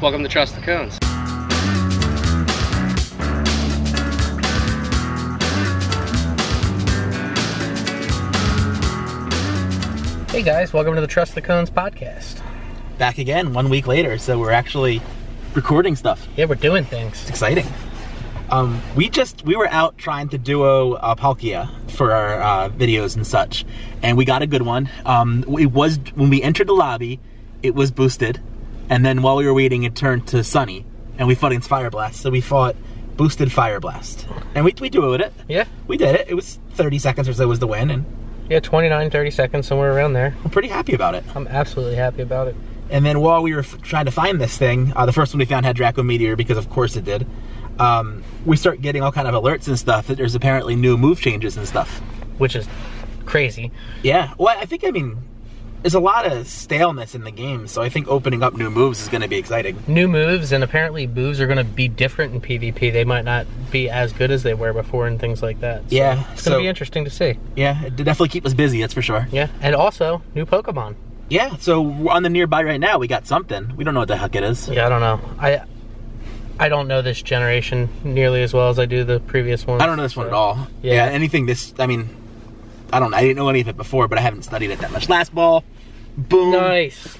Welcome to Trust the Cones. Hey guys, welcome to the Trust the Cones podcast. Back again one week later, so we're actually recording stuff. Yeah, we're doing things. It's exciting. Um, we just we were out trying to duo uh, Palkia for our uh, videos and such, and we got a good one. Um, it was when we entered the lobby, it was boosted, and then while we were waiting, it turned to Sunny, and we fought against Fire Blast. So we fought boosted Fire Blast, and we we duoed it. Yeah, We did it. It was 30 seconds or so was the win, and yeah, 29, 30 seconds, somewhere around there. I'm pretty happy about it. I'm absolutely happy about it. And then while we were f- trying to find this thing, uh, the first one we found had Draco Meteor because of course it did. Um, we start getting all kind of alerts and stuff that there's apparently new move changes and stuff. Which is crazy. Yeah. Well, I think I mean there's a lot of staleness in the game, so I think opening up new moves is going to be exciting. New moves, and apparently moves are going to be different in PvP. They might not be as good as they were before and things like that. So Yeah. It's going to So be interesting to see. yeah, it definitely keep us busy. That's for sure. Yeah, and also new Pokemon. Yeah. So we're on the nearby right now, we got something. We don't know what the heck it is. Yeah, I don't know. I I don't know this generation nearly as well as I do the previous one. I don't know this one at all. Yeah. Yeah. anything this. I mean, I don't. I didn't know any of it before, but I haven't studied it that much. Last ball. Boom. Nice.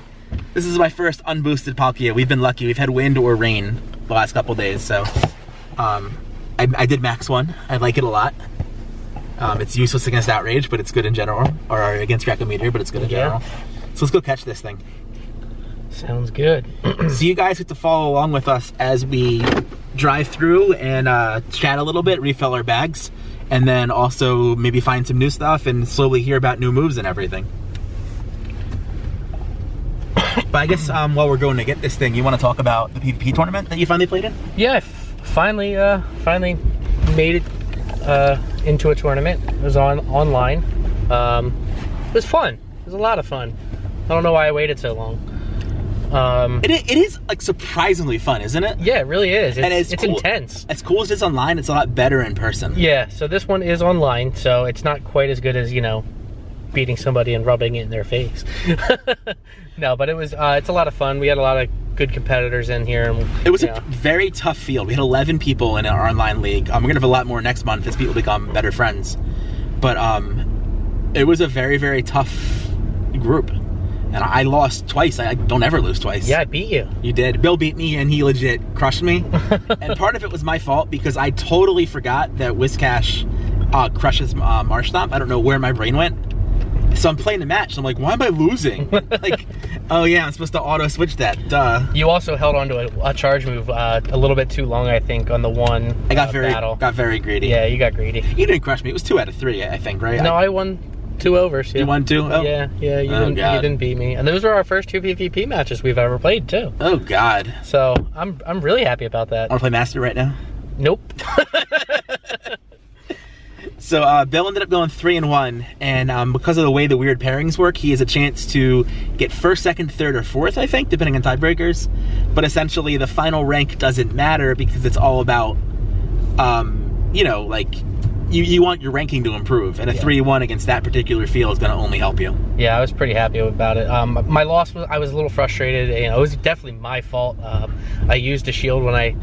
This is my first unboosted Palkia. We've been lucky. We've had wind or rain the last couple days, so um, I, I did max one. I like it a lot. Um, it's useless against Outrage, but it's good in general, or against Draco Meteor, but it's good in Yeah. general. So let's go catch this thing. Sounds good. so you guys get to follow along with us as we drive through and uh, chat a little bit, refill our bags, and then also maybe find some new stuff and slowly hear about new moves and everything. But I guess um, while we're going to get this thing, you want to talk about the PvP tournament that you finally played in? yeah, I f- finally uh finally made it uh into a tournament. It was on online. Um it was fun. It was a lot of fun. I don't know why I waited so long. Um It, i- it is like surprisingly fun, isn't it? yeah, it really is. It's, And it's it's cool. intense. As cool as it is online, it's a lot better in person. Yeah, so this one is online, so it's not quite as good as, you know, beating somebody and rubbing it in their face. no, but it was uh, it's a lot of fun. We had a lot of good competitors in here and It was you a know, very tough field. We had 11 people in our online league. Um, we're gonna have a lot more next month as people become better friends. But um, it was a very very tough group, and I lost twice. I, I don't ever lose twice. Yeah, I beat you. you did. Bill beat me, and he legit crushed me. and part of it was my fault because I totally forgot that Whiskash uh, crushes uh, Marsh Stomp. I don't know where my brain went. So I'm playing the match. And I'm like, why am I losing? like, oh yeah, I'm supposed to auto switch that. Duh. You also held on to a, a charge move uh, a little bit too long, I think, on the one I got uh, very battle. got very greedy. yeah, you got greedy. You didn't crush me. It was two out of three, I think, right? No, I won two overs. Yeah. you won two. Oh. Yeah, yeah, you, Oh, didn't, you God. didn't beat me. And those were our first two PvP matches we've ever played, too. Oh God. So I'm, I'm really happy about that. I want to play master right now. Nope. So uh, Bill ended up going three and one, and um, because of the way the weird pairings work, he has a chance to get first, second, third, or fourth, I think, depending on tiebreakers. But essentially, the final rank doesn't matter because it's all about, um, you know, like you, you want your ranking to improve, and a Yeah. three one against that particular field is going to only help you. Yeah, I was pretty happy about it. Um, my loss was I was a little frustrated. You know, it was definitely my fault. Um, I used a shield when I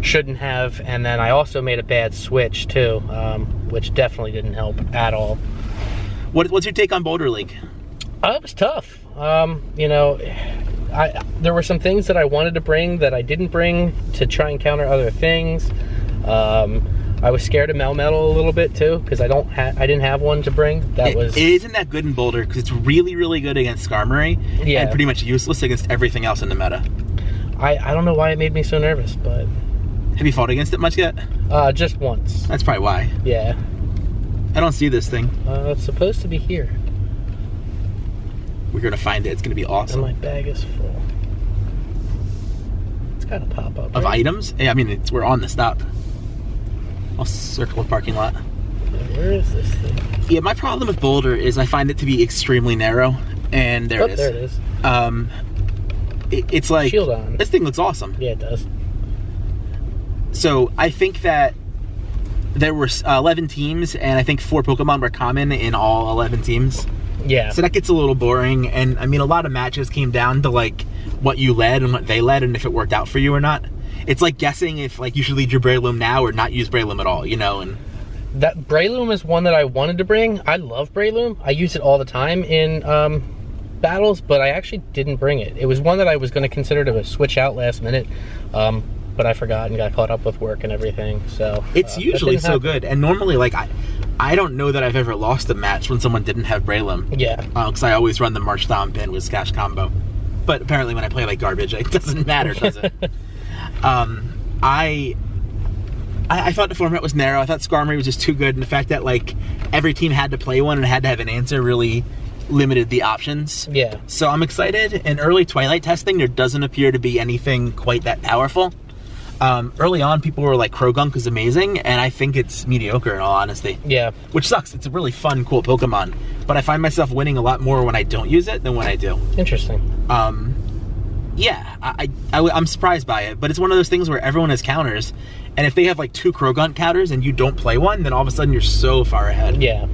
shouldn't have, and then I also made a bad switch too, um, which definitely didn't help at all. What, what's your take on Boulder League? Uh, it was tough. Um, you know, I there were some things that I wanted to bring that I didn't bring to try and counter other things. Um, I was scared of Melmetal a little bit too because I don't ha- I didn't have one to bring. That It was it isn't that good in Boulder because it's really, really good against Skarmory Yeah. and pretty much useless against everything else in the meta. I I don't know why it made me so nervous, but Have you fought against it much yet? uh, just once. That's probably why. Yeah. I don't see this thing. Uh, it's supposed to be here. We're gonna find it. It's gonna be And awesome. my bag is full. It's gotta pop up. Of right? items? Yeah, I mean, it's, we're on the stop. I'll circle the parking lot. Where is this thing? Yeah, my problem with Boulder is I find it to be extremely narrow, and there oh, it is. there it is. Um, it, it's like Shield on. this thing looks awesome. Yeah, it does. So I think that there were uh, 11 teams, and I think four Pokemon were common in all 11 teams. Yeah. So that gets a little boring, and I mean, a lot of matches came down to like what you led and what they led and if it worked out for you or not. It's like guessing if like you should lead your Breloom now or not use Breloom at all, you know, and That Breloom is one that I wanted to bring. I love Breloom. I use it all the time in um, battles, but I actually didn't bring it. It was one that I was going to consider to switch out last minute, um, but I forgot and got caught up with work and everything. So it's uh, that usually didn't so happen. good. And normally like I I don't know that I've ever lost a match when someone didn't have Breloom. Yeah. because Uh, I always run the March Stomp and with Scash combo. But apparently, when I play like garbage, it doesn't matter, does it? um, I, I I thought the format was narrow. I thought Skarmory was just too good, and the fact that like every team had to play one and had to have an answer really limited the options. Yeah. So I'm excited. In early Twilight testing, there doesn't appear to be anything quite that powerful. Um, early on, people were like, Krogunk is amazing, and I think it's mediocre in all honesty Yeah. which sucks. It's a really fun, cool Pokemon, but I find myself winning a lot more when I don't use it than when I do. Interesting. Um, yeah, I, I, I, am surprised by it, but it's one of those things where everyone has counters, and if they have like two Krogunt counters and you don't play one, then all of a sudden you're so far ahead. Yeah.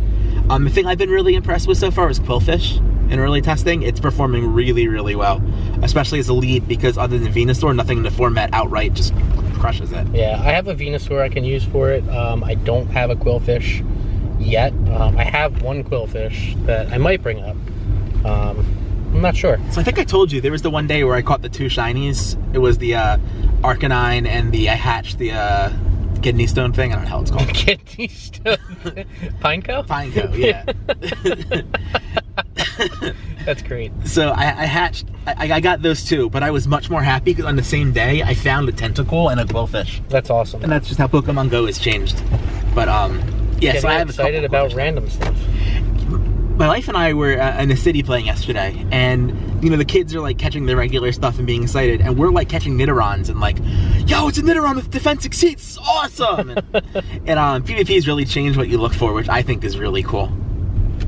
Um, the thing I've been really impressed with so far is Quillfish in early testing. It's performing really, really well, especially as a lead because other than Venusaur, nothing in the format outright just crushes it. Yeah, I have a Venusaur I can use for it. Um, I don't have a quillfish yet. Um, I have one quillfish that I might bring up. Um, I'm not sure. So I think I told you there was the one day where I caught the two shinies. It was the uh, Arcanine and the I hatched the uh, kidney stone thing. I don't know how it's called. Kidney stone. Pineco? Pineco, yeah. That's great. so I, I hatched. I, I got those two, but I was much more happy because on the same day I found a tentacle and a glowfish, That's awesome. and that's just how Pokemon Go has changed. But um, yeah. Getting so I have a excited couple about glowfish. random stuff. my wife and I were uh, in the city playing yesterday, and you know the kids are like catching their regular stuff and being excited, and we're like catching Nidorons and like, yo, it's a Nidoron with defense exceeds, awesome! and, and um, PvP has really changed what you look for, which I think is really cool.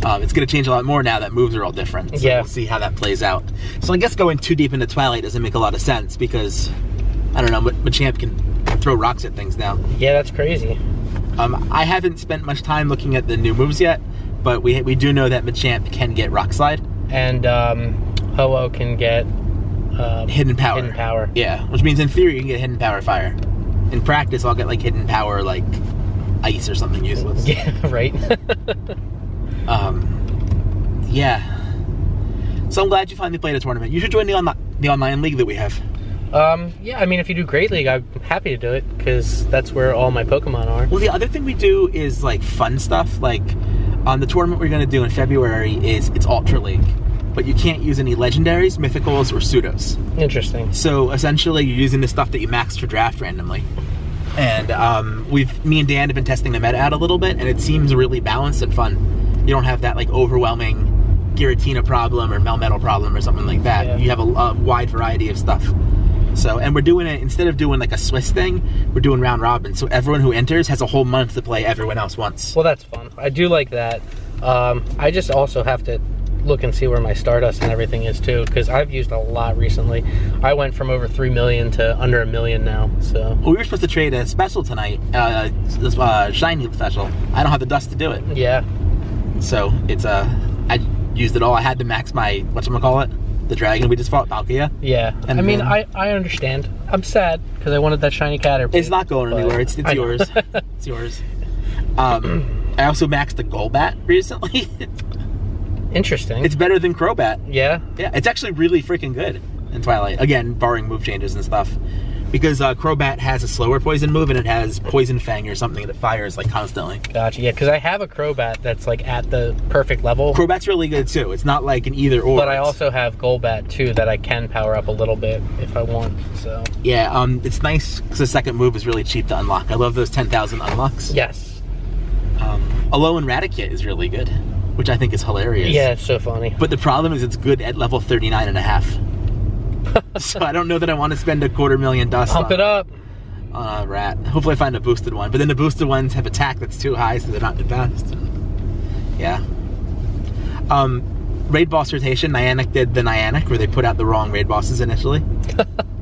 Um, it's going to change a lot more now that moves are all different. So Yeah. we'll see how that plays out. So I guess going too deep into Twilight doesn't make a lot of sense because I don't know, Ma- Machamp can throw rocks at things now. Yeah, that's crazy. Um, I haven't spent much time looking at the new moves yet, but we we do know that Machamp can get Rock Slide, And um, Ho-Oh can get um, Hidden Power. Hidden Power. Yeah, which means in theory you can get Hidden Power Fire. In practice, I'll get like Hidden Power like Ice or something useless. Yeah, right? Um, yeah. So I'm glad you finally played a tournament. You should join the online the online league that we have. um, yeah, I mean, if you do Great League, I'm happy to do it because that's where all my Pokemon are. Well, the other thing we do is like fun stuff. Like on the tournament we're gonna do in February is it's Ultra League, but you can't use any legendaries, mythicals, or pseudos. Interesting. So essentially, you're using the stuff that you maxed for draft randomly. And um, we've, me and Dan have been testing the meta out a little bit, and it seems really balanced and fun. You don't have that like overwhelming Giratina problem or Melmetal problem or something like that. Yeah. You have a, a wide variety of stuff. So, and we're doing it instead of doing like a Swiss thing, we're doing round robin. So everyone who enters has a whole month to play everyone else once. Well, that's fun. I do like that. Um, I just also have to look and see where my Stardust and everything is too, because I've used a lot recently. I went from over three million to under a million now. So Well, we were supposed to trade a special tonight, uh, this uh, shiny special. I don't have the dust to do it. yeah, So it's uh, I used it all. I had to max my whatchamacallit, the dragon we just fought, Palkia. yeah. And I mean, then- I I understand. I'm sad because I wanted that shiny Caterpie. It's not going but- anywhere. It's it's I know. yours. it's yours. Um, I also maxed the Golbat recently. Interesting. it's better than Crobat. yeah. Yeah, it's actually really freaking good in Twilight. Again, barring move changes and stuff. Because uh, Crobat has a slower poison move and it has Poison Fang or something that fires like constantly. Gotcha. Yeah, because I have a Crobat that's like at the perfect level, Crobat's really good too. It's not like an either or. but I It's- also have Golbat too that I can power up a little bit if I want. So yeah, um, it's nice because the second move is really cheap to unlock. I love those ten thousand unlocks. yes. Um, Alolan and Raticate is really good, which I think is hilarious. Yeah, it's so funny. But the problem is it's good at level 39 and a half. so I don't know that I want to spend a quarter million dust Pump on, it up. on a rat. Hopefully I find a boosted one. But then the boosted ones have attack that's too high, so they're not the best. Yeah. Um, raid boss rotation, Niantic did the Niantic, where they put out the wrong raid bosses initially.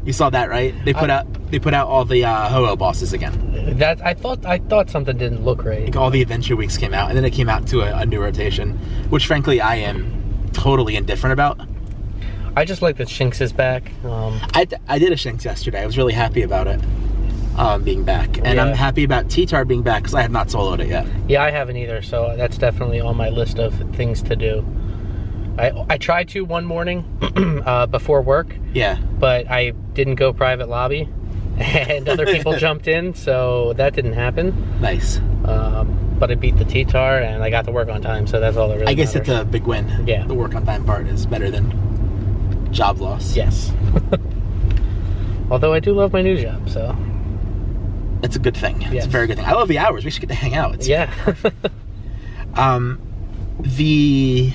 you saw that, right? They put out they put out all the uh, Ho-Oh bosses again. That I thought I thought something didn't look right. Like all the adventure weeks came out, and then it came out to a, a new rotation, which frankly I am totally indifferent about. I just like that Shinx is back. Um, I, d- I did a Shanks yesterday. I was really happy about it um, being back. And Oh, Yeah. I'm happy about T-Tar being back because I have not soloed it yet. yeah, I haven't either, so that's definitely on my list of things to do. I, I tried to one morning uh, before work, Yeah. but I didn't go private lobby, and other people jumped in, so that didn't happen. Nice. Um, but I beat the T-Tar, and I got to work on time, so that's all that really I guess matters. that's a big win. Yeah. The work on time part is better than job loss. Yes. Although I do love my new job, so It's a good thing. It's Yes. a very good thing. I love the hours. We should get to hang out. It's yeah. Um, the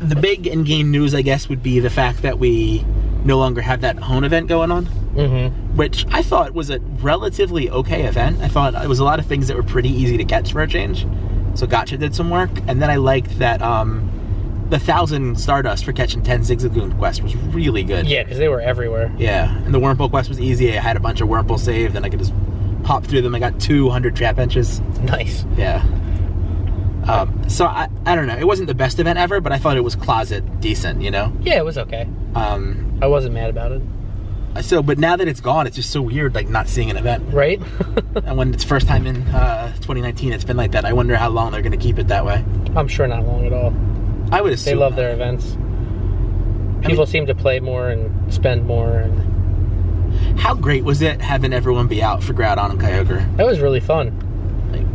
the big in game news, I guess, would be the fact that we no longer have that Hone event going on, hmm which I thought was a relatively okay event. I thought it was a lot of things that were pretty easy to catch for a change. So Gotcha did some work, and then I liked that um, the thousand Stardust for catching ten Zigzagoon quest was really good. Yeah, because they were everywhere. Yeah, and the Wurmple quest was easy. I had a bunch of Wurmple saved, and I could just pop through them. I got 200 trap benches. Nice. Yeah. Um, so I, I don't know. It wasn't the best event ever, but I thought it was closet decent, you know. Yeah, it was okay. Um, I wasn't mad about it. so, but now that it's gone, it's just so weird, like not seeing an event. Right? And when it's first time in uh, 2019, it's been like that. I wonder how long they're going to keep it that way. I'm sure not long at all. I would assume They love not. their events. People seem to play more and spend more, and How great was it having everyone be out for Groudon and Kyogre? that was really fun.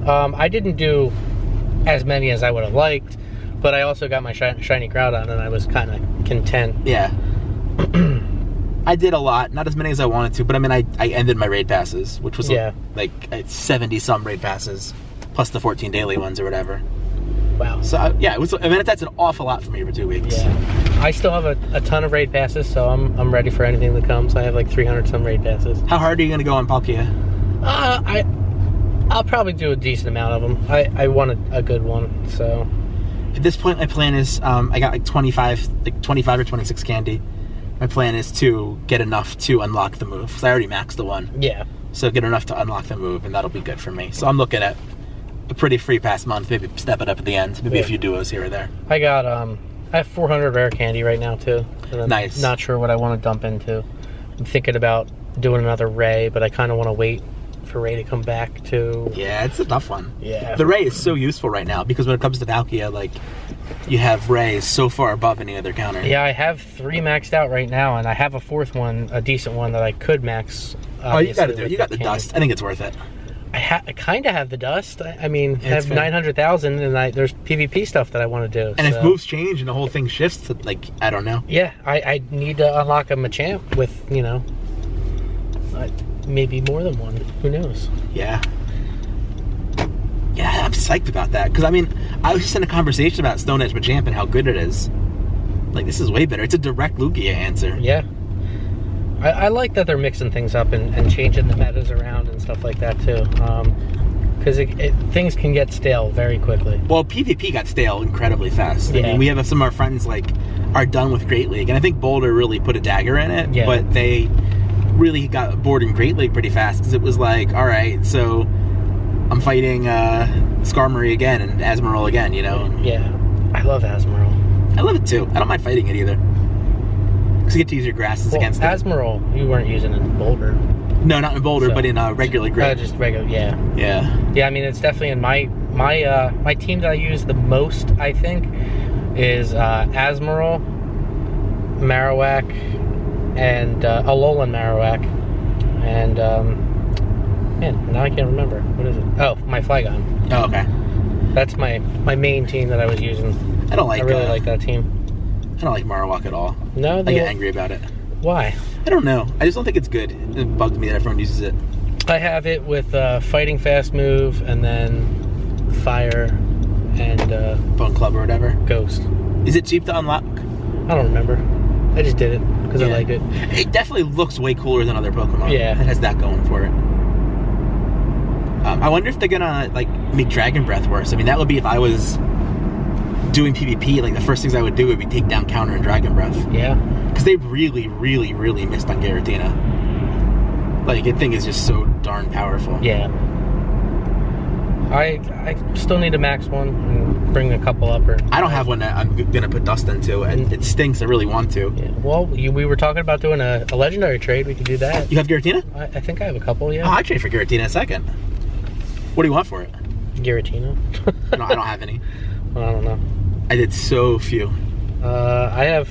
Um, I didn't do as many as I would have liked, but I also got my shi- shiny Groudon, and I was kind of content. Yeah. I did a lot, not as many as I wanted to, but I mean, I, I ended my raid passes, which was Yeah. like 70 some raid passes, plus the 14 daily ones or whatever. Wow. So uh, yeah, it was. I mean, that's an awful lot for me for two weeks. Yeah. I still have a, a ton of raid passes, so I'm, I'm ready for anything that comes. I have like 300 some raid passes. How hard are you gonna go on Palkia? Uh, I I'll probably do a decent amount of them. I I want a, a good one, so At this point, my plan is um, I got like 25, like 25 or 26 candy. My plan is to get enough to unlock the move. 'cause I already maxed the one, yeah, so get enough to unlock the move, and that'll be good for me. So I'm looking at a pretty free pass month. Maybe step it up at the end. Maybe a Yeah. few duos here or there. I got um I have 400 rare candy right now too. And I'm Nice. Not sure what I want to dump into. I'm thinking about doing another Ray, but I kind of want to wait for Ray to come back too. Yeah, it's a tough one. Yeah. The Ray is so useful right now because when it comes to Palkia, like you have Ray is so far above any other counter. Yeah, I have three maxed out right now, and I have a fourth one, a decent one that I could max. Oh, you got obviously, to do it. with You got the candy. dust. I think it's worth it. I, ha- I kind of have the dust. I, I mean, I have fair. 900,000, and I, there's PvP stuff that I want to do. And so- if moves change and the whole thing shifts to like I don't know. Yeah, I, I need to unlock a Machamp with, you know, I- maybe more than one. Who knows? Yeah. Yeah, I'm psyched about that. Cause I mean, I was just in a conversation about Stone Edge Machamp and how good it is. Like this is way better. It's a direct Lugia answer. Yeah. I, I like that they're mixing things up and, and changing the metas around and stuff like that, too. Because it, it, things can get stale very quickly. Well, PvP got stale incredibly fast. I Yeah. mean, we have some of our friends like are done with Great League, and I think Boulder really put a dagger in it. Yeah. But they really got bored in Great League pretty fast because it was like, all right, so I'm fighting uh, Skarmory again and Asmoral again, you know. Yeah. I love Asmeral. I love it too. I don't mind fighting it either. Because you get to use your grasses Well, against it. Asmeral, you weren't using it in Boulder. No, not in Boulder, So- but in uh, regular Uh, grid. just regular, yeah. yeah. Yeah, I mean it's definitely in my my uh, my team that I use the most. I think is uh, Asmeral, Marowak, and uh, Alolan Marowak, and um, man, now I can't remember what is it. Oh, my Flygon. Oh, okay. That's my my main team that I was using. I don't like. I really uh, like that team. I don't like Marowak at all. No, I they, get angry about it. why? I don't know. I just don't think it's good. It bugs me that everyone uses it. I have it with uh, fighting fast move and then fire and uh, Bone Club or whatever. ghost. Is it cheap to unlock? I don't remember. I just did it because I Yeah. liked it. It definitely looks way cooler than other Pokemon. Yeah. It has that going for it. Um, I wonder if they're gonna like make Dragon Breath worse. I mean, that would be if I was doing PvP. Like the first things I would do would be take down counter and Dragon Breath. Yeah. Because they really, really, really missed on Garatina. Like, that thing is just so darn powerful. Yeah. I I still need to max one and bring a couple up or. I don't have one that I'm g- gonna put dust into, and it stinks. I really want to. Mm-hmm. Yeah. Well, you, we were talking about doing a, a legendary trade. We could do that. You have Giratina? I, I think I have a couple. Oh, Yeah. I trade for Giratina in a second. What do you want for it? Giratina. No, I don't have any. I don't know. I did so few. Uh, I have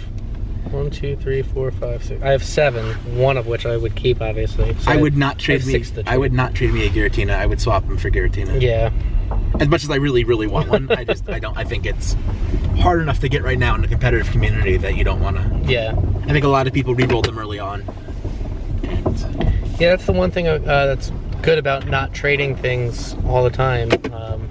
one, two, three, four, five, six. I have seven. One of which I would keep, obviously. So I would I not trade have me. six to I would not trade me a Giratina. I would swap them for Giratina. Yeah. As much as I really, really want one, I just I don't. I think it's hard enough to get right now in a competitive community that you don't want to. Yeah. I think a lot of people re-rolled them early on. And Yeah, that's the one thing uh, that's good about not trading things all the time. Um,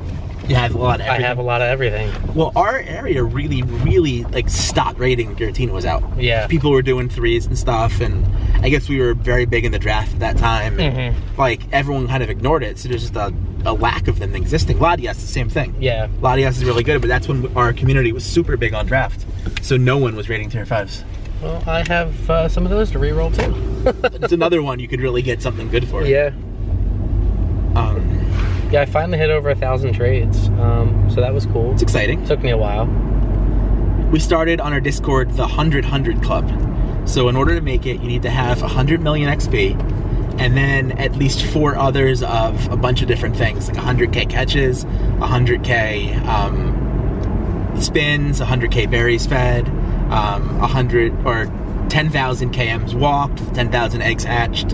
you have a lot of. I Everything. have a lot of everything. Well, our area really, really like stopped rating when Giratina was out. Yeah. People were doing threes and stuff, and I guess we were very big in the draft at that time. And, Mm-hmm. Like everyone kind of ignored it, so there's just a, a lack of them existing. Latias, the same thing. Yeah. Latias is really good, but that's when our community was super big on draft, so no one was rating tier fives. Well, I have uh, some of those to re-roll too. it's another one you could really get something good for. Yeah. Um, Yeah, I finally hit over a thousand trades, um, so that was cool. it's exciting. took me a while. we started on our Discord the 100 100 Club. So, in order to make it, you need to have 100 million XP and then at least four others of a bunch of different things like 100k catches, 100k um, spins, 100k berries fed, um, 100 or 10,000 KMs walked, 10,000 eggs hatched,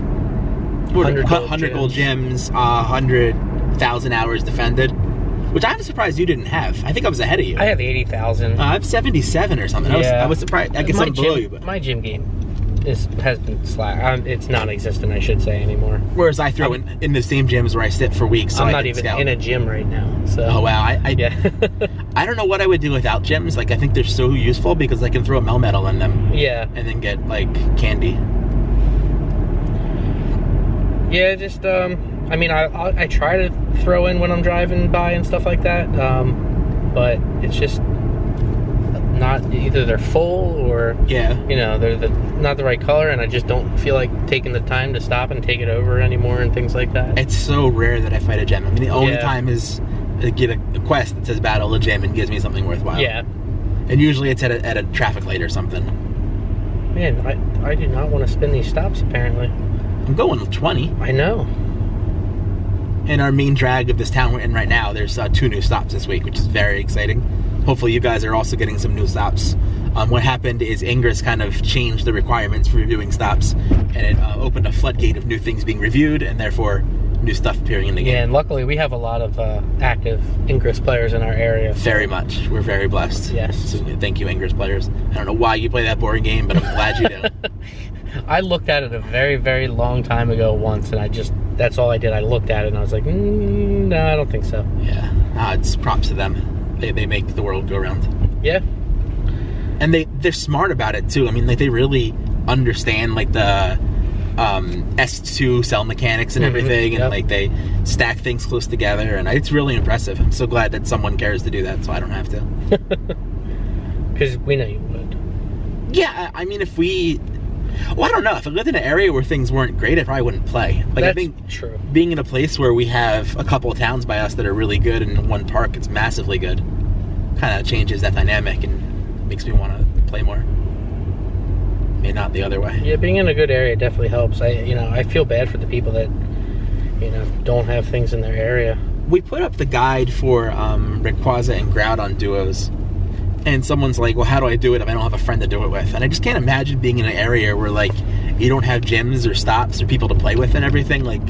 100 100 gold, gold 100 gold gems, uh, 100,000 hours defended, which I'm surprised you didn't have. I think I was ahead of you. I have eighty thousand. Uh, I'm 77 or something. I, was, Yeah. I was surprised. I guess my I'm below gym, you, but my gym game is has been slack. Um, it's non-existent, I should say anymore. whereas I throw in, in the same gyms where I sit for weeks. So I'm I not can even scout. in a gym right now. So. Oh wow! I I, Yeah. I don't know what I would do without gyms. Like I think they're so useful because I can throw a Melmetal in them yeah. and then get like candy. Yeah, just um, I mean, I, I I try to throw in when I'm driving by and stuff like that, um, but it's just not either they're full or Yeah. you know they're the not the right color, and I just don't feel like taking the time to stop and take it over anymore and things like that. It's so rare that I fight a gym. I mean, the only Yeah. time is I get a, a quest that says battle a gym and gives me something worthwhile. Yeah, And usually it's at a, at a traffic light or something. man, I I do not want to spin these stops. Apparently, I'm going with 20. I know. And our main drag of this town we're in right now, there's uh, two new stops this week, which is very exciting. Hopefully, you guys are also getting some new stops. Um, what happened is Ingress kind of changed the requirements for reviewing stops, and it uh, opened a floodgate of new things being reviewed, and therefore new stuff appearing in the Yeah, game. and luckily we have a lot of uh, active Ingress players in our area. Very much. We're very blessed. Yes. So, thank you, Ingress players. I don't know why you play that boring game, but I'm glad you do. I looked at it a very, very long time ago once, and I just that's all I did. I looked at it and I was like, mm, no, I don't think so. Yeah. Uh, it's props to them. They, they make the world go round. Yeah, and they they're smart about it too. I mean, like they really understand like the um, S two cell mechanics and Mhm, everything, and yep. like they stack things close together, and it's really impressive. I'm so glad that someone cares to do that, so I don't have to. because we know you would. Yeah, I I mean, if we, well, I don't know. If I lived in an area where things weren't great, I probably wouldn't play. Like that's I think true. being in a place where we have a couple of towns by us that are really good, and one park that's massively good, kind of changes that dynamic and makes me want to play more. Maybe not the other way. Yeah, being in a good area definitely helps. I, you know, I feel bad for the people that, you know, don't have things in their area. we put up the guide for um, Rayquaza and Groudon on duos, and someone's like, "Well, how do I do it if I don't have a friend to do it with?" And I just can't imagine being in an area where like you don't have gyms or stops or people to play with and everything. Like,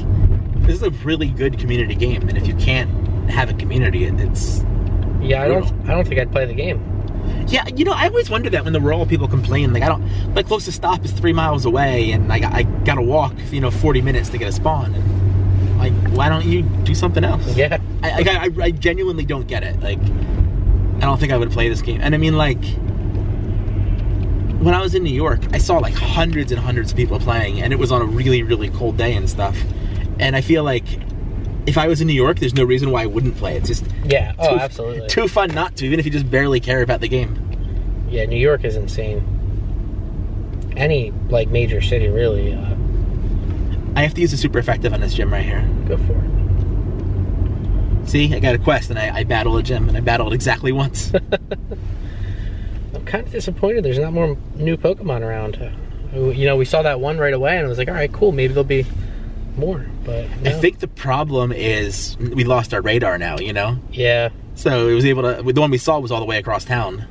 this is a really good community game, and if you can't have a community, it, it's Yeah, I don't, I don't think I'd play the game. yeah. You know, I always wonder that when the rural people complain, like I don't my closest stop is three miles away, and I got, I got to walk you know forty minutes to get a spawn. And, like, why don't you do something else? Yeah, I, like, I, I genuinely don't get it. Like, I don't think I would play this game. And I mean, like, when I was in New York, I saw like hundreds and hundreds of people playing, and it was on a really, really cold day and stuff. And I feel like if I was in New York, there's no reason why I wouldn't play. It's just yeah. Oh, too- absolutely. too fun not to, even if you just barely care about the game. Yeah, New York is insane. Any like major city, really. Uh, I have to use a super effective on this gym right here. go for it. See, I got a quest, and I, I battled a gym, and I battled exactly once. I'm kind of disappointed. There's not more new Pokemon around. Uh, You know, we saw that one right away, and I was like, all right, cool. Maybe there'll be more. But I no. think the problem is we lost our radar now. You know, yeah, so it was able to. The one we saw was all the way across town.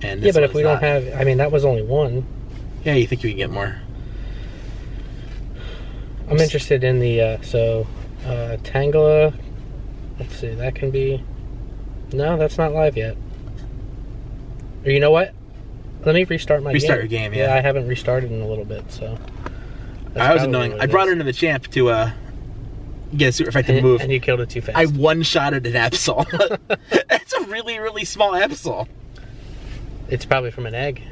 And yeah. this But if one's we not. don't have, I mean, that was only one. yeah, you think you can get more? I'm interested in the uh, so uh, Tangela. Let's see, that can be. No, that's not live yet. Or you know what? Let me restart my Restart game. your game, Yeah. yeah. I haven't restarted in a little bit, so. that's I was probably annoying. what I brought is. her into the champ to uh, get a super effective and, move. and you killed it too fast. I one shotted an Absol. That's a really, really small Absol. it's probably from an egg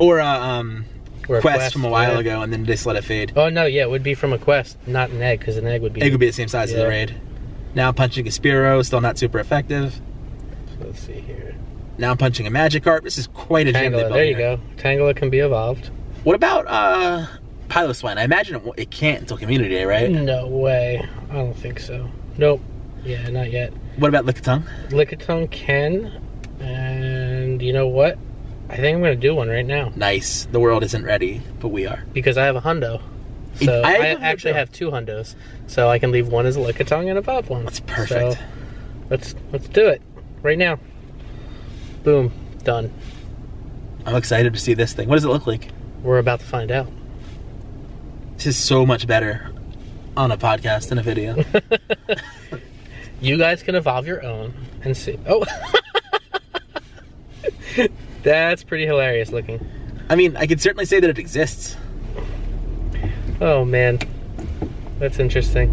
Or a um, or a quest, from a while yeah. ago, and then they just let it fade. Oh no, yeah, it would be from a quest, not an egg, because an egg would be. It could be the same size as Yeah. the raid. Now I'm punching a Spiro, still not super effective. Let's see here. Now I'm punching a Magikarp. This is quite a gym they Tangela, built there you here. go. Tangela can be evolved. What about uh, Piloswine? I imagine it, w- it can't until Community Day, right? No way. I don't think so. Nope. Yeah, not yet. What about Lickitung? Lickitung Ken, and you know what? I think I'm gonna do one right now Nice. The world isn't ready, but we are. because I have a hundo. So It- I, I have a actually Hundo. have two hundos, so I can leave one as a Lickitung and a Bob one. That's perfect. So, let's let's do it right now. Boom, done. I'm excited to see this thing. What does it look like? We're about to find out. This is so much better on a podcast than a video. You guys can evolve your own and see. Oh, that's pretty hilarious looking. I mean, I could certainly say that it exists. Oh man, that's interesting.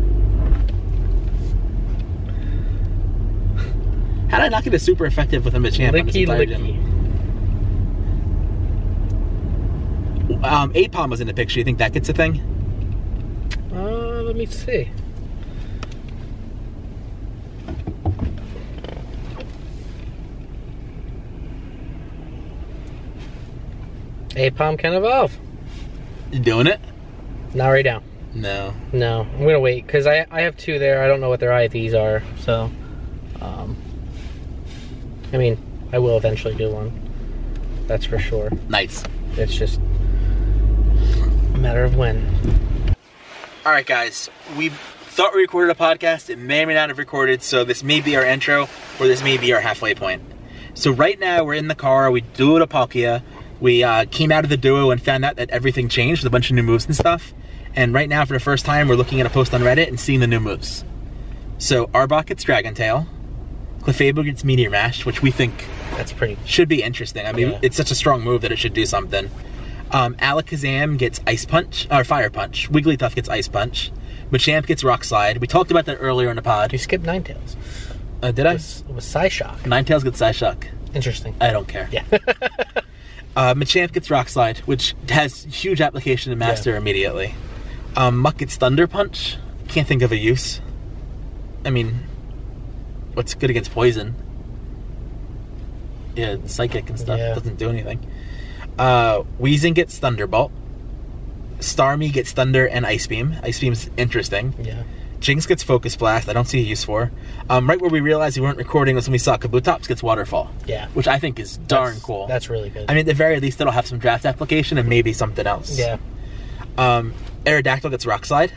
How did I not get a super effective with a Machamp? on this Licky entire licky. gym? Um, Apom was in the picture. You think that gets a thing? Uh, let me see. Apom can evolve. You doing it? Not right now. No. No, I'm gonna wait because I I have two there. I don't know what their IVs are, so. Um, I mean, I will eventually do one. That's for sure. Nice. It's just a matter of when. All right, guys. We thought we recorded a podcast. It may or may not have recorded, so this may be our intro or this may be our halfway point. So right now we're in the car. We do it a Palkia. We uh, came out of the duo and found out that everything changed with a bunch of new moves and stuff. And right now, for the first time, we're looking at a post on Reddit and seeing the new moves. So Arbok gets Dragon Tail. Clefable gets Meteor Mash, which we think That's pretty. should be interesting. I mean, Yeah. it's such a strong move that it should do something. Um, Alakazam gets Ice Punch or Fire Punch. Wigglytuff gets Ice Punch. Machamp gets Rock Slide. We talked about that earlier in the You pod. skipped nine tails. Uh, did I? It was Psyshock. Ninetales gets Psyshock. Interesting. I don't care. Yeah. Uh, Machamp gets Rock Slide, which has huge application to Master immediately. Um, Muck gets Thunder Punch. Can't think of a use. I mean, what's good against poison? Yeah, it's psychic and stuff. Yeah. Doesn't do anything. Uh, Weezing gets Thunderbolt. Starmie gets Thunder and Ice Beam. Ice Beam's interesting. yeah. Jinx gets Focus Blast. I don't see a use for. Um, right where we realized we weren't recording was when we saw Kabutops gets Waterfall. Yeah. Which I think is darn That's- cool. That's really good. I mean, at the very least, it'll have some draft application and maybe something else. yeah. Um, Aerodactyl gets rock slide.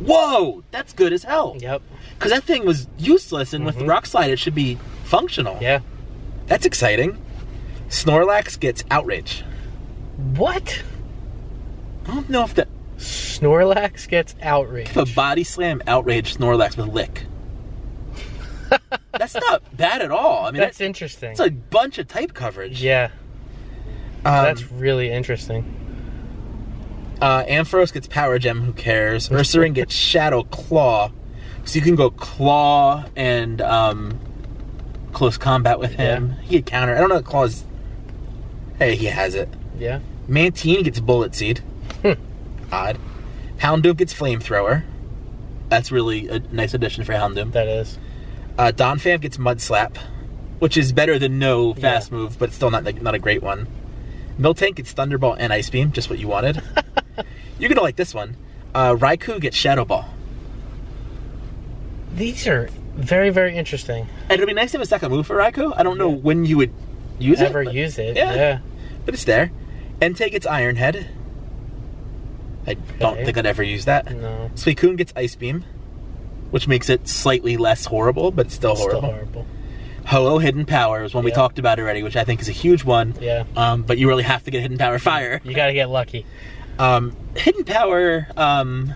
Whoa, that's good as hell. Yep. Because that thing was useless, and with Mhm. rock slide, it should be functional. Yeah. That's exciting. Snorlax gets outrage. What? I don't know if the Snorlax gets outraged. if a body slam outrage Snorlax with lick. that's not bad at all. I mean, That's that's, interesting. that's a bunch of type coverage. yeah. Um, That's really interesting. Uh, Ampharos gets Power Gem, who cares? Ursaring gets Shadow Claw. So you can go Claw and um, close combat with him. He could counter. I don't know what Claw is. Hey, he has it. Yeah. Mantine gets Bullet Seed. Hmm. Odd. Houndoom gets Flamethrower. That's really a nice addition for Houndoom. That is. Uh, Donphan gets Mud Slap, which is better than no fast Yeah. move, but still not like, not a great one. Miltank gets Thunderbolt and Ice Beam, just what you wanted. You're gonna like this one. Uh, Raikou gets Shadow Ball. these are very very interesting. And it'll be nice to have a second move for Raikou. I don't know when you would use Ever it. but- use it? yeah. yeah. But it's there. And take its Iron Head. I don't Okay. think I'd ever use that. No. Suicune gets Ice Beam, which makes it slightly less horrible, but still Still horrible. horrible. Ho-Oh Hidden Power is one we Yeah. talked about already, which I think is a huge one. Yeah. Um, but you really have to get Hidden Power Fire. You gotta get lucky. Um, hidden Power um,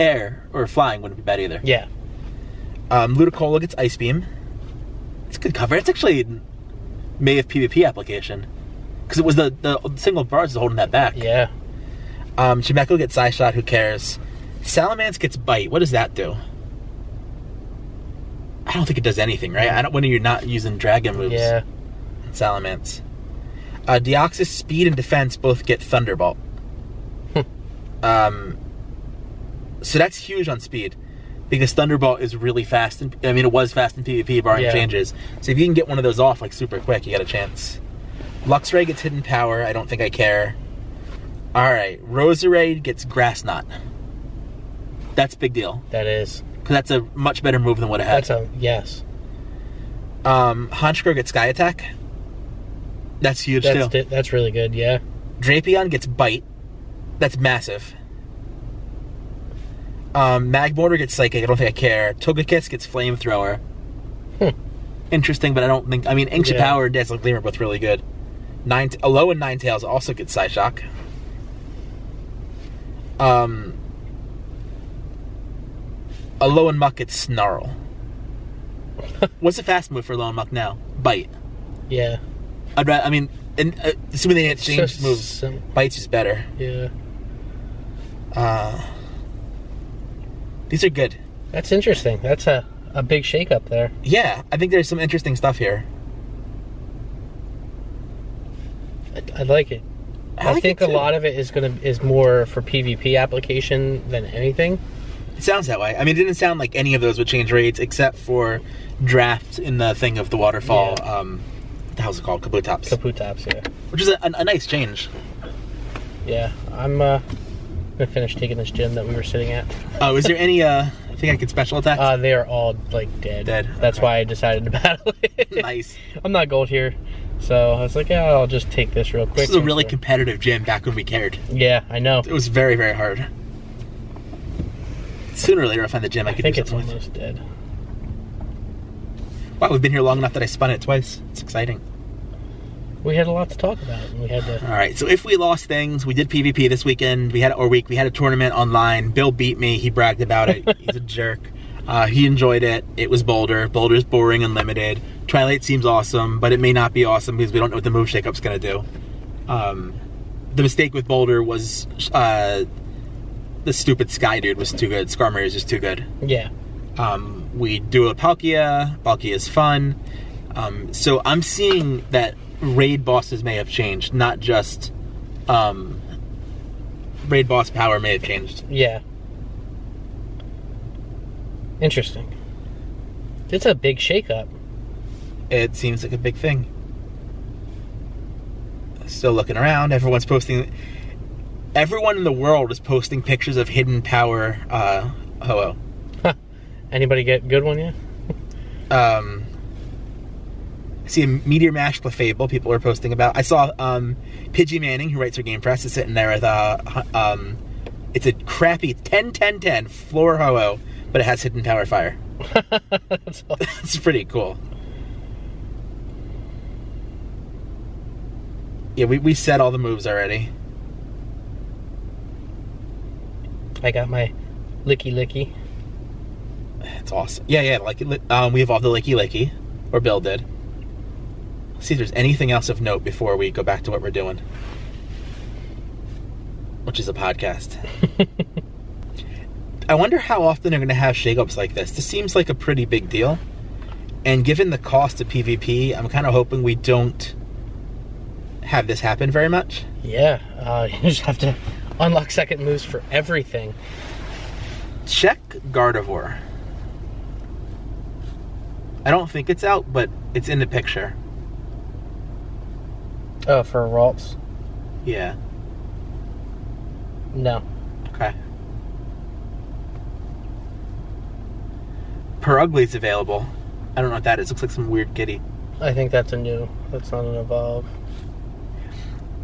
Air or Flying wouldn't be bad either. Yeah. Um, Ludicolo gets Ice Beam. It's a good cover. It's actually May of PvP application. Because it was the, the single bars that's holding that back. Yeah. Um, Shimeko gets Psy Shot, who cares? Salamence gets Bite. What does that do? I don't think it does anything, right? I don't when you're not using dragon moves. Yeah. Salamence. Uh, Deoxys speed and defense both get Thunderbolt. Hmm. um, so that's huge on speed because Thunderbolt is really fast. In, I mean, it was fast in PvP, barring Yeah. changes. So if you can get one of those off like super quick, you got a chance. Luxray gets Hidden Power. I don't think I care. All right, Roserade gets Grass Knot. That's a big deal That is. because that's a much better move than what it had. That's a yes. um, Honchkrow gets Sky Attack. That's huge too. That's di- that's really good. Yeah. Drapion gets bite. That's massive. Um, Magmortar gets psychic. I don't think I care. Togekiss gets flamethrower. Hmm. Interesting, but I don't think. I mean, Ancient Yeah. Power and Dazzling Gleam are both really good. Nine Alolan and Ninetales also get Psyshock. Um, Alolan Muck gets Snarl. What's the fast move for Alolan Muck now? Bite. Yeah. I'd rather. I mean, and, uh, assuming they didn't It's change just moves, some- bites is better. yeah. Uh, these are good. That's interesting. That's a a big shake up there. Yeah, I think there's some interesting stuff here. I, I like it. I, think a lot of it is gonna is more for PvP application than anything. It sounds that way. I mean, it didn't sound like any of those would change rates except for draft in the thing of the waterfall. Yeah. Um, what the hell's it called? Kabutops, Kaput tops. Yeah. which is a, a, a nice change. Yeah. I'm uh gonna finish taking this gym that we were sitting at. Oh, is there any? Uh, I think I could special attack. Uh, they are all like dead. Dead, That's okay. why I decided to battle it. nice. I'm not gold here, so I was like, yeah, I'll just take this real quick. This is a really Sure. competitive gym back when we cared. yeah, I know. It was very, very hard. Sooner or later, I'll find the gym I, I could think do it's something with. almost dead. Wow, we've been here long enough that I spun it twice. It's exciting. We had a lot to talk about. and We had to. All right. So if we lost things, we did PvP this weekend. We had or week. We had a tournament online. Bill beat me. He bragged about it. He's a jerk. Uh, he enjoyed it. It was Boulder. Boulder's boring and limited. Twilight seems awesome, but it may not be awesome because we don't know what the move shakeup's going to do. Um, the mistake with Boulder was uh, the stupid Sky dude was too good. Skarmory is just too good. Yeah, Um, we do a Palkia. Palkia is fun. Um, so I'm seeing that raid bosses may have changed, not just um, raid boss power may have changed. yeah. Interesting. It's a big shakeup. It seems like a big thing. Still looking around. Everyone's posting. Everyone in the world is posting pictures of hidden power. Uh, Ho-Oh. Anybody get a good one yet? um, I see a Meteor Mash Clefable people are posting about. I saw um, Pidgey Manning, who writes for Game Press, is sitting there with uh, hu- um, it's a crappy 10 10 10 floor ho but it has hidden power fire. That's all. it's pretty cool. Yeah, we, we said all the moves already. I got my licky licky. It's awesome. Yeah, yeah, like um, we evolved the Licky Licky, or Bill did. see if there's anything else of note before we go back to what we're doing, which is a podcast. I wonder how often they're going to have shakeups like this. This seems like a pretty big deal, and given the cost of PvP, I'm kind of hoping we don't have this happen very much. Yeah, uh, you just have to unlock second moves for everything. Check Gardevoir. I don't think it's out, but it's in the picture. Oh, for Ralts? Yeah. No. Okay. Perugli's available. I don't know what that is. Looks like some weird giddy. I think that's a new. That's not an evolve.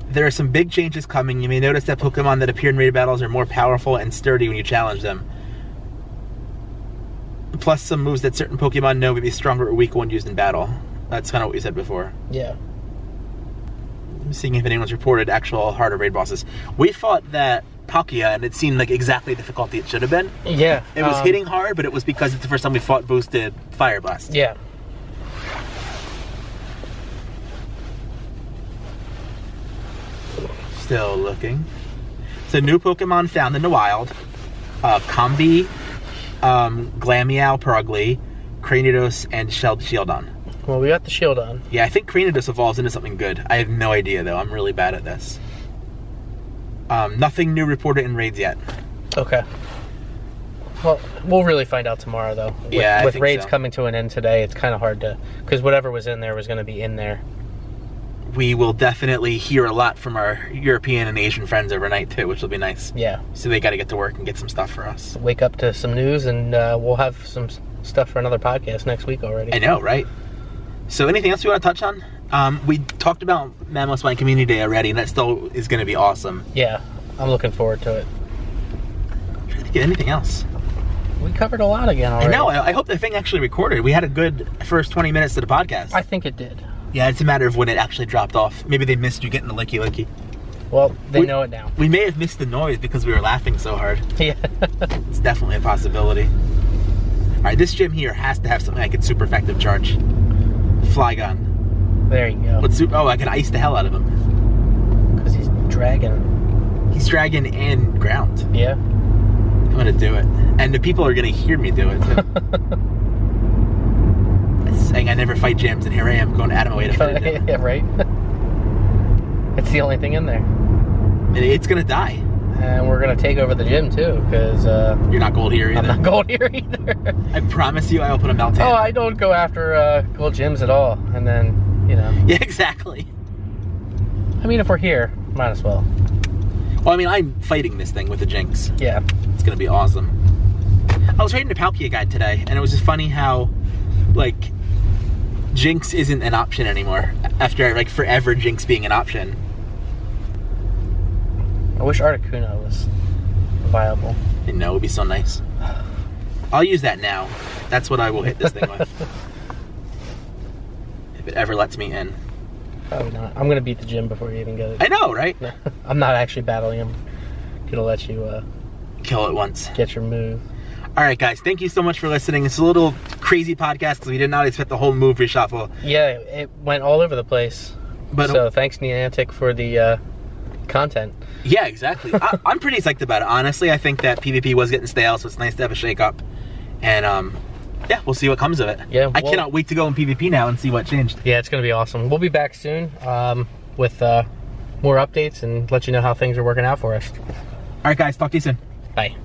There are some big changes coming. You may notice that Pokemon that appear in raid battles are more powerful and sturdy when you challenge them. Plus, some moves that certain Pokemon know may be stronger or weaker when used in battle. That's kind of what we said before. Yeah. I'm seeing if anyone's reported actual harder raid bosses. We fought that Palkia, and it seemed like exactly the difficulty it should have been. Yeah. It was um, hitting hard, but it was because it's the first time we fought boosted Fire Blast. Yeah. Still looking. So new Pokemon found in the wild. Uh, Combi, um, Glameow, Perugly, Cranidos, and Shelled Shieldon. Well, we got the shield on. Yeah, I think Cranidos evolves into something good. I have no idea though. I'm really bad at this. Um, nothing new reported in raids yet. Okay. Well, we'll really find out tomorrow, though. With, Yeah, I with think raids so. coming to an end today, it's kind of hard to because whatever was in there was going to be in there. We will definitely hear a lot from our European and Asian friends overnight too, which will be nice. Yeah. So they got to get to work and get some stuff for us. Wake up to some news, and uh, we'll have some s- stuff for another podcast next week already. I know, right? So, anything else you want to touch on? Um, we talked about Mammoth Spine Community Day already, and that still is going to be awesome. yeah, I'm looking forward to it. I'm trying to get anything else. We covered a lot again I already. know. I, I hope the thing actually recorded. We had a good first 20 minutes to the podcast. I think it did. yeah, it's a matter of when it actually dropped off. Maybe they missed you getting the licky licky. Well, they We- know it now. We may have missed the noise because we were laughing so hard. Yeah. It's definitely a possibility. All right, this gym here has to have something I can super effective charge. Fly gun. there you go. What's su- oh, I can ice the hell out of him. Because he's dragging. He's dragon and ground. Yeah. I'm gonna do it, and the people are gonna hear me do it. too. It's saying I never fight gyms, and here I am going out of my way to fight it. yeah, right? it's the only thing in there. And it's gonna die. And we're going to take over the gym, too, because uh, You're not gold here I'm either. not going here either. I promise you, I will put a melt in. oh, I don't go after uh, gold gyms at all. And then, you know, yeah, exactly. I mean, if we're here, might as well. Well, I mean, I'm fighting this thing with the Jinx. Yeah. It's gonna be awesome. I was reading the Palkia guide today, and it was just funny how, like, Jinx isn't an option anymore after like forever Jinx being an option. I wish Articuno was viable. And no, it'd be so nice. I'll use that now. That's what I will hit this thing with. if it ever lets me in. Probably not. I'm going to beat the gym before you even get it. I know, right? No, I'm not actually battling him. Going to let you uh, Kill it once. get your move. All right, guys. Thank you so much for listening. It's a little crazy podcast because we did not expect the whole move reshuffle. Yeah, it went all over the place. But um, so thanks, Neantic, for the uh, content. yeah, exactly. I, I'm pretty psyched about it. Honestly, I think that PvP was getting stale, so it's nice to have a shake up. And um, yeah, we'll see what comes of it. Yeah, I well- cannot wait to go in PvP now and see what changed. Yeah, it's going to be awesome. We'll be back soon um, with uh, more updates and let you know how things are working out for us. All right, guys. Talk to you soon. Bye.